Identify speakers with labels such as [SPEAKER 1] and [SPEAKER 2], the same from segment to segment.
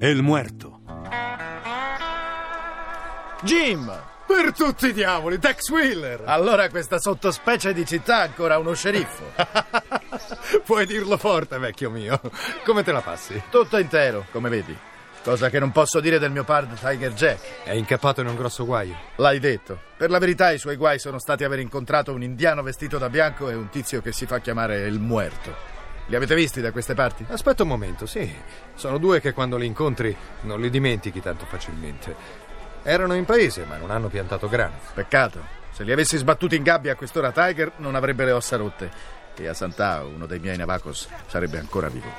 [SPEAKER 1] El Muerto.
[SPEAKER 2] Jim!
[SPEAKER 3] Per tutti i diavoli, Tex Wheeler!
[SPEAKER 2] Allora questa sottospecie di città ha ancora uno sceriffo.
[SPEAKER 3] Puoi dirlo forte, vecchio mio. Come te la passi?
[SPEAKER 2] Tutto intero, come vedi. Cosa che non posso dire del mio pard Tiger Jack.
[SPEAKER 3] È incappato in un grosso guaio.
[SPEAKER 2] L'hai detto. Per la verità i suoi guai sono stati aver incontrato un indiano vestito da bianco e un tizio che si fa chiamare il muerto. Li avete visti da queste parti?
[SPEAKER 3] Aspetta un momento, sì. Sono due che quando li incontri non li dimentichi tanto facilmente. Erano in paese, ma non hanno piantato grano.
[SPEAKER 2] Peccato. Se li avessi sbattuti in gabbia a quest'ora Tiger non avrebbe le ossa rotte. E a Sant'Ao, uno dei miei navacos, sarebbe ancora vivo.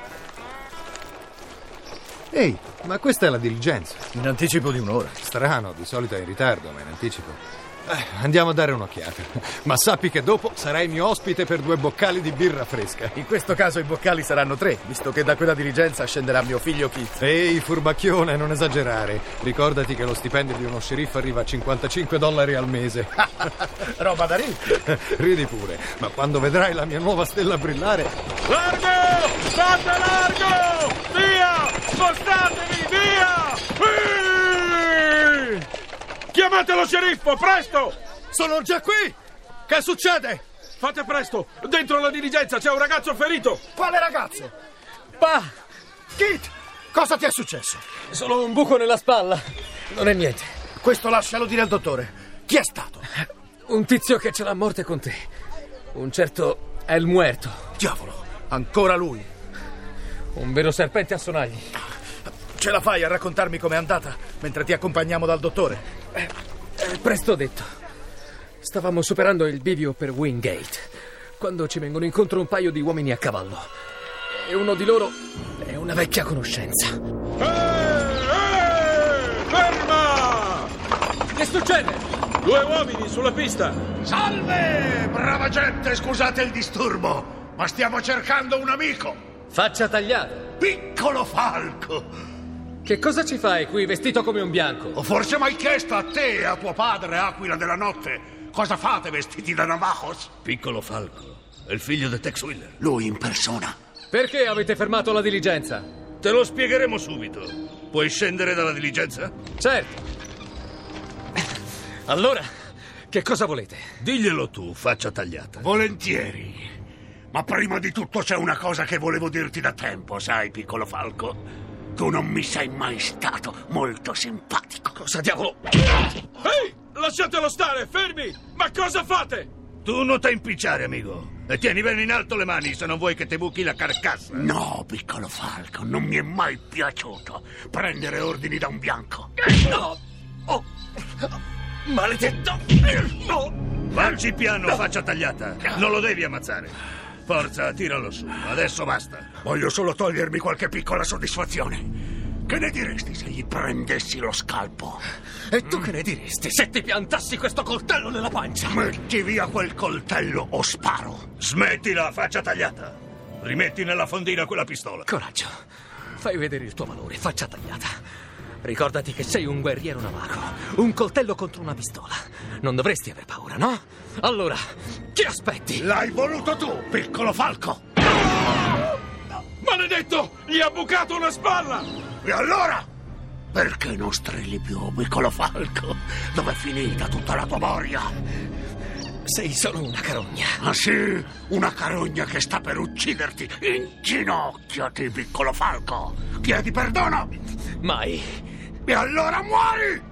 [SPEAKER 3] Ehi, ma questa è la diligenza.
[SPEAKER 2] In anticipo di un'ora.
[SPEAKER 3] Strano, di solito è in ritardo, ma in anticipo. Eh, andiamo a dare un'occhiata. Ma sappi che dopo sarai mio ospite per due boccali di birra fresca.
[SPEAKER 2] In questo caso i boccali saranno tre, visto che da quella dirigenza scenderà mio figlio Keith.
[SPEAKER 3] Ehi, furbacchione, non esagerare. Ricordati che lo stipendio di uno sceriffo arriva a 55 dollari al mese.
[SPEAKER 2] Roba da ricchi.
[SPEAKER 3] Ridi pure, ma quando vedrai la mia nuova stella brillare,
[SPEAKER 4] Largo! State largo! Via! Spostatevi! Via! Ehi! Chiamate lo sceriffo, presto!
[SPEAKER 2] Sono già qui! Che succede?
[SPEAKER 4] Fate presto! Dentro la diligenza c'è un ragazzo ferito!
[SPEAKER 2] Quale ragazzo?
[SPEAKER 5] Pa,
[SPEAKER 2] Keith! Cosa ti è successo?
[SPEAKER 5] solo un buco nella spalla. Non è niente.
[SPEAKER 2] Questo lascialo dire al dottore. Chi è stato?
[SPEAKER 5] Un tizio che ce l'ha a morte con te. Un certo El Muerto.
[SPEAKER 2] Diavolo, ancora lui.
[SPEAKER 5] Un vero serpente a sonagli.
[SPEAKER 2] Ce la fai a raccontarmi com'è andata mentre ti accompagniamo dal dottore?
[SPEAKER 5] Eh, Presto detto. Stavamo superando il bivio per Wingate. Quando ci vengono incontro un paio di uomini a cavallo. E uno di loro è una vecchia conoscenza.
[SPEAKER 4] Ehi! Ehi! Eh, Ferma!
[SPEAKER 5] Che succede?
[SPEAKER 4] Due uomini sulla pista!
[SPEAKER 6] Salve, brava gente, scusate il disturbo, ma stiamo cercando un amico.
[SPEAKER 5] Faccia tagliata.
[SPEAKER 6] Piccolo falco.
[SPEAKER 5] Che cosa ci fai qui vestito come un bianco?
[SPEAKER 6] Ho forse mai chiesto a te e a tuo padre, Aquila della Notte, cosa fate vestiti da Navajos?
[SPEAKER 7] Piccolo Falco, è il figlio di Tex Wheeler.
[SPEAKER 6] Lui in persona.
[SPEAKER 5] Perché avete fermato la diligenza?
[SPEAKER 7] Te lo spiegheremo subito. Puoi scendere dalla diligenza?
[SPEAKER 5] Certo. Allora, che cosa volete?
[SPEAKER 7] Diglielo tu, faccia tagliata.
[SPEAKER 6] Volentieri. Ma prima di tutto c'è una cosa che volevo dirti da tempo, sai, piccolo falco. Tu non mi sei mai stato molto simpatico. Cosa diavolo?
[SPEAKER 4] Ehi! Lasciatelo stare! Fermi! Ma cosa fate?
[SPEAKER 7] Tu non ti impicciare, amico. E tieni bene in alto le mani se non vuoi che ti buchi la carcassa.
[SPEAKER 6] No, piccolo falco, non mi è mai piaciuto prendere ordini da un bianco. No! Oh! Maledetto! No!
[SPEAKER 7] Facci piano, faccia tagliata. Non lo devi ammazzare. Forza, tiralo su. Adesso basta.
[SPEAKER 6] Voglio solo togliermi qualche piccola soddisfazione. Che ne diresti se gli prendessi lo scalpo?
[SPEAKER 5] E tu che ne diresti se ti piantassi questo coltello nella pancia?
[SPEAKER 6] Metti via quel coltello o sparo.
[SPEAKER 7] Smettila, faccia tagliata. Rimetti nella fondina quella pistola.
[SPEAKER 5] Coraggio, fai vedere il tuo valore, faccia tagliata. Ricordati che sei un guerriero navaco, un coltello contro una pistola. Non dovresti aver paura, no? Allora, chi aspetti?
[SPEAKER 6] L'hai voluto tu, piccolo falco!
[SPEAKER 4] Maledetto! Gli ha bucato una spalla!
[SPEAKER 6] E allora? Perché non strilli più, piccolo falco? Dov'è finita tutta la tua moria?
[SPEAKER 5] Sei solo una carogna.
[SPEAKER 6] Ah sì? Una carogna che sta per ucciderti! Inginocchiati, piccolo falco! Chiedi perdono!
[SPEAKER 5] Mai.
[SPEAKER 6] E allora muori!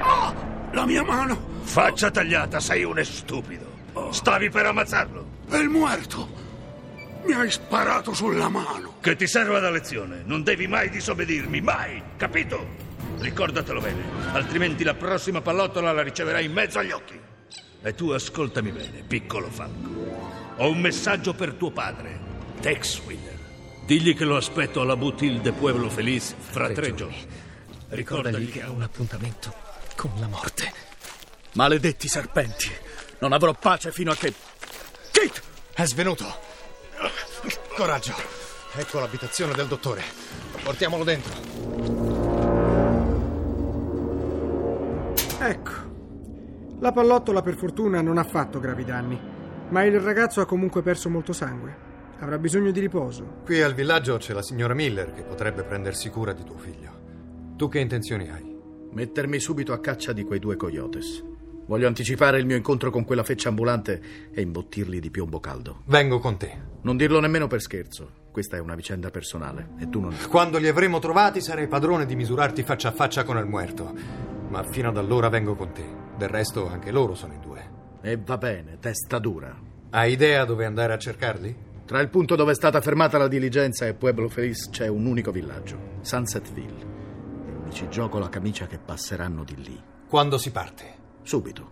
[SPEAKER 6] Ah! La mia mano! Oh.
[SPEAKER 7] Faccia tagliata, sei un stupido. Stavi per ammazzarlo.
[SPEAKER 6] È il muerto! Mi hai sparato sulla mano!
[SPEAKER 7] Che ti serva da lezione. Non devi mai disobbedirmi, mai, capito? Ricordatelo bene, altrimenti la prossima pallottola la riceverai in mezzo agli occhi. E tu ascoltami bene, piccolo falco. Ho un messaggio per tuo padre, Tex Wheeler. Digli che lo aspetto alla Boutique de Pueblo Feliz fra tre giorni.
[SPEAKER 5] Ricordagli che ha un appuntamento con la morte.
[SPEAKER 4] Maledetti serpenti! Non avrò pace fino a che. Kit!
[SPEAKER 3] È svenuto. Coraggio. Ecco l'abitazione del dottore. Portiamolo dentro.
[SPEAKER 8] Ecco. La pallottola per fortuna non ha fatto gravi danni, ma il ragazzo ha comunque perso molto sangue. Avrà bisogno di riposo.
[SPEAKER 3] Qui al villaggio c'è la signora Miller che potrebbe prendersi cura di tuo figlio. Tu che intenzioni hai?
[SPEAKER 2] Mettermi subito a caccia di quei due coyotes. Voglio anticipare il mio incontro con quella feccia ambulante e imbottirli di piombo caldo.
[SPEAKER 3] Vengo con te.
[SPEAKER 2] Non dirlo nemmeno per scherzo. Questa è una vicenda personale e tu non.
[SPEAKER 3] Quando li avremo trovati sarai padrone di misurarti faccia a faccia con il muerto. Ma fino ad allora vengo con te. Del resto anche loro sono in due.
[SPEAKER 2] E va bene, testa dura.
[SPEAKER 3] Hai idea dove andare a cercarli?
[SPEAKER 2] Tra il punto dove è stata fermata la diligenza e Pueblo Feliz c'è un unico villaggio, Sunsetville. E mi ci gioco la camicia che passeranno di lì.
[SPEAKER 3] Quando si parte?
[SPEAKER 2] Subito.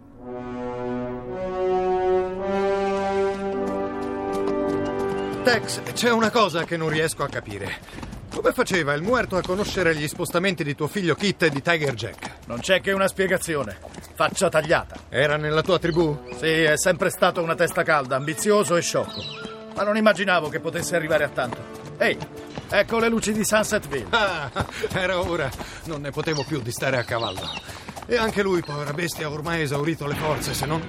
[SPEAKER 3] Tex, c'è una cosa che non riesco a capire. Come faceva il muerto a conoscere gli spostamenti di tuo figlio Kit e di Tiger Jack?
[SPEAKER 2] Non c'è che una spiegazione. Faccia tagliata.
[SPEAKER 3] Era nella tua tribù?
[SPEAKER 2] Sì, è sempre stato una testa calda, ambizioso e sciocco. Ma non immaginavo che potesse arrivare a tanto. Ehi, ecco le luci di Sunsetville.
[SPEAKER 3] Ah, era ora. Non ne potevo più di stare a cavallo. E anche lui, povera bestia, ha ormai esaurito le forze, se non...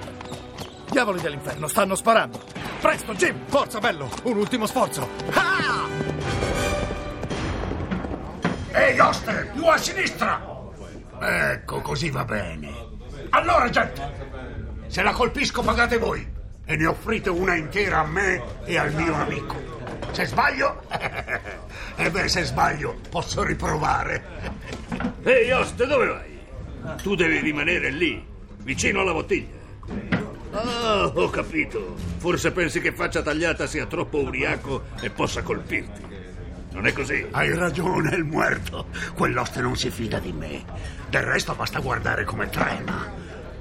[SPEAKER 2] Diavoli dell'inferno, stanno sparando.
[SPEAKER 3] Presto, Jim! Forza, bello! Un ultimo sforzo! Ah!
[SPEAKER 6] Ehi, Oster, più a sinistra! Ecco, così va bene. Allora, gente, se la colpisco pagate voi e ne offrite una intera a me e al mio amico. Se sbaglio, e beh, se sbaglio, posso riprovare.
[SPEAKER 7] Ehi, oste, dove vai? Tu devi rimanere lì, vicino alla bottiglia. Ah, ho capito. Forse pensi che faccia tagliata sia troppo ubriaco e possa colpirti. Non è così?
[SPEAKER 6] Hai ragione, è il muerto. Quell'oste non si fida di me. Del resto basta guardare come trema.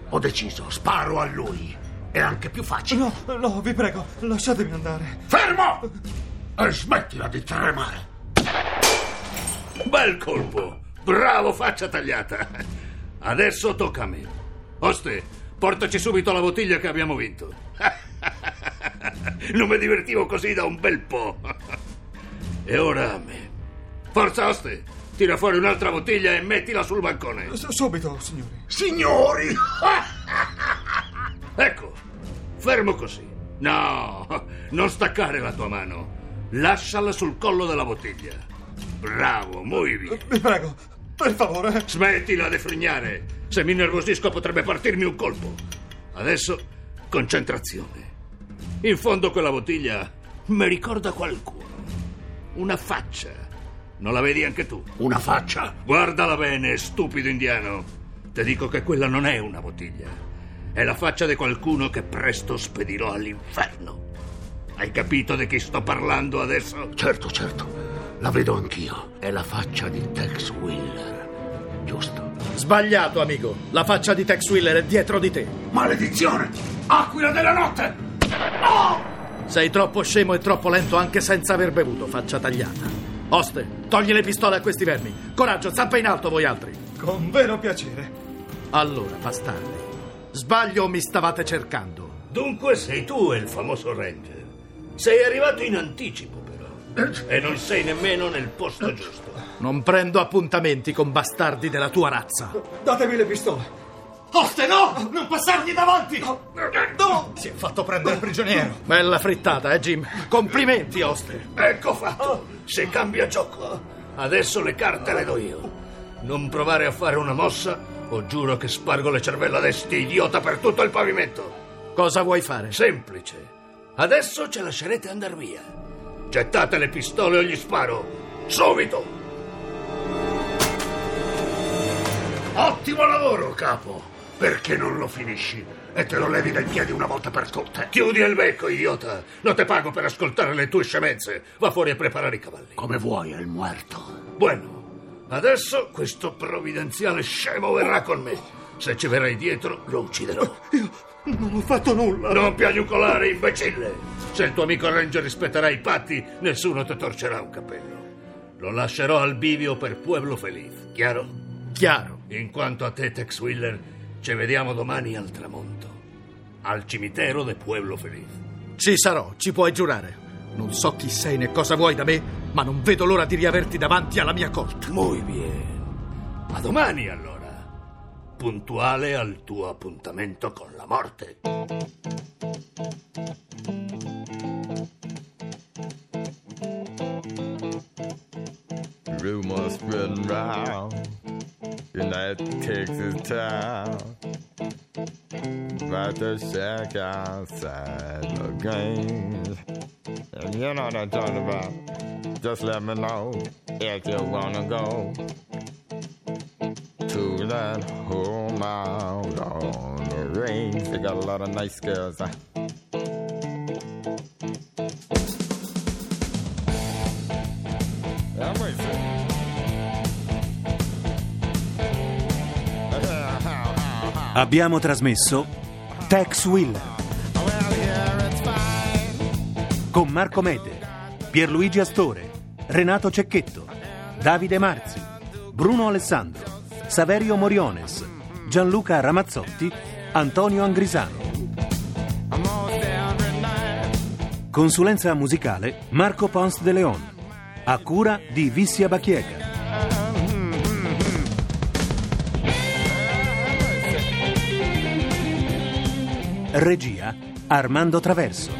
[SPEAKER 6] Ho deciso, sparo a lui. È anche più facile. No, no, vi prego, lasciatemi andare. Fermo! E smettila di tremare.
[SPEAKER 7] Bel colpo! Bravo, faccia tagliata! Adesso tocca a me. Oste, portaci subito la bottiglia che abbiamo vinto. Non mi divertivo così da un bel po'. E ora a me. Forza, Oste! Tira fuori un'altra bottiglia e mettila sul bancone.
[SPEAKER 6] Signori!
[SPEAKER 7] Ecco, fermo così. No, non staccare la tua mano. Lasciala sul collo della bottiglia. Bravo, muovi via. Vi prego, per favore. Smettila di frignare. Se mi innervosisco potrebbe partirmi un colpo. Adesso, concentrazione. In fondo a quella bottiglia mi ricorda qualcuno. Una faccia. Non la vedi anche tu?
[SPEAKER 6] Una faccia?
[SPEAKER 7] Guardala bene, stupido indiano. Ti dico che quella non è una bottiglia. È la faccia di qualcuno che presto spedirò all'inferno. Hai capito di chi sto parlando adesso?
[SPEAKER 6] Certo, certo. La vedo anch'io. È la faccia di Tex Wheeler. Giusto?
[SPEAKER 2] Sbagliato, amico. La faccia di Tex Wheeler è dietro di te.
[SPEAKER 6] Maledizione! Aquila della notte! Oh!
[SPEAKER 2] Sei troppo scemo e troppo lento anche senza aver bevuto, faccia tagliata. Oste, togli le pistole a questi vermi. Coraggio, zampa in alto voi altri.
[SPEAKER 9] Con vero piacere.
[SPEAKER 2] Allora, bastardi. Sbaglio o mi stavate cercando?
[SPEAKER 7] Dunque sei tu il famoso Ranger. Sei arrivato in anticipo, però. E non sei nemmeno nel posto giusto.
[SPEAKER 2] Non prendo appuntamenti con bastardi della tua razza.
[SPEAKER 9] Datemi le pistole.
[SPEAKER 6] Oste, no! Non passargli davanti!
[SPEAKER 9] No!
[SPEAKER 3] Si è fatto prendere prigioniero.
[SPEAKER 2] Bella frittata, eh, Jim? Complimenti, Oste.
[SPEAKER 7] Ecco fatto. Se cambia gioco, adesso le carte le do io. Non provare a fare una mossa o giuro che spargo le cervella di sti idiota per tutto il pavimento.
[SPEAKER 2] Cosa vuoi fare?
[SPEAKER 7] Semplice. Adesso ci lascerete andare via. Gettate le pistole o gli sparo. Subito!
[SPEAKER 6] Ottimo lavoro, capo! Perché non lo finisci? E te lo levi dai piedi una volta per tutte.
[SPEAKER 7] Chiudi il becco, idiota! Non te pago per ascoltare le tue scemenze. Va fuori a preparare i cavalli.
[SPEAKER 6] Come vuoi, è il muerto.
[SPEAKER 7] Bueno, adesso questo provvidenziale scemo verrà con me. Se ci verrai dietro, lo ucciderò. Non ho fatto nulla. Non piagnucolare, imbecille. Se il tuo amico Ranger rispetterà i patti, nessuno ti torcerà un capello. Lo lascerò al bivio per Pueblo Feliz, chiaro? Chiaro. In quanto a te, Tex Wheeler, ci vediamo domani al tramonto. Al cimitero de Pueblo Feliz.
[SPEAKER 10] Ci sarò, ci puoi giurare. Non so chi sei né cosa vuoi da me, ma non vedo l'ora di riaverti davanti alla mia corte.
[SPEAKER 7] Muy bien. A domani allora. Puntuale al tuo appuntamento con la morte.
[SPEAKER 11] rumor spreading round, and that takes its time. About to shack outside the game. And you know what I'm talking about. Just let me know if you wanna go to that home out on the range. They got a lot of nice girls. huh? I'm right
[SPEAKER 1] Abbiamo trasmesso Tex Wheeler con Marco Mede, Pierluigi Astore, Renato Cecchetto, Davide Marzi, Bruno Alessandro, Saverio Moriones, Gianluca Ramazzotti, Antonio Angrisano. Consulenza musicale Marco Pons de Leon, a cura di Vissia Bachiega. Regia Armando Traverso.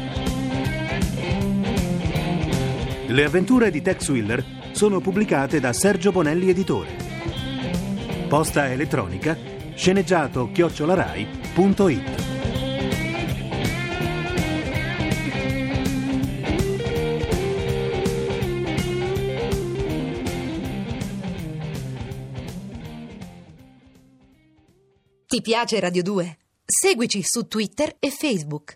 [SPEAKER 1] Le avventure di Tex Wheeler sono pubblicate da Sergio Bonelli Editore. Posta elettronica sceneggiato chiocciolarai.it
[SPEAKER 12] Ti piace Radio 2? Seguici su Twitter e Facebook.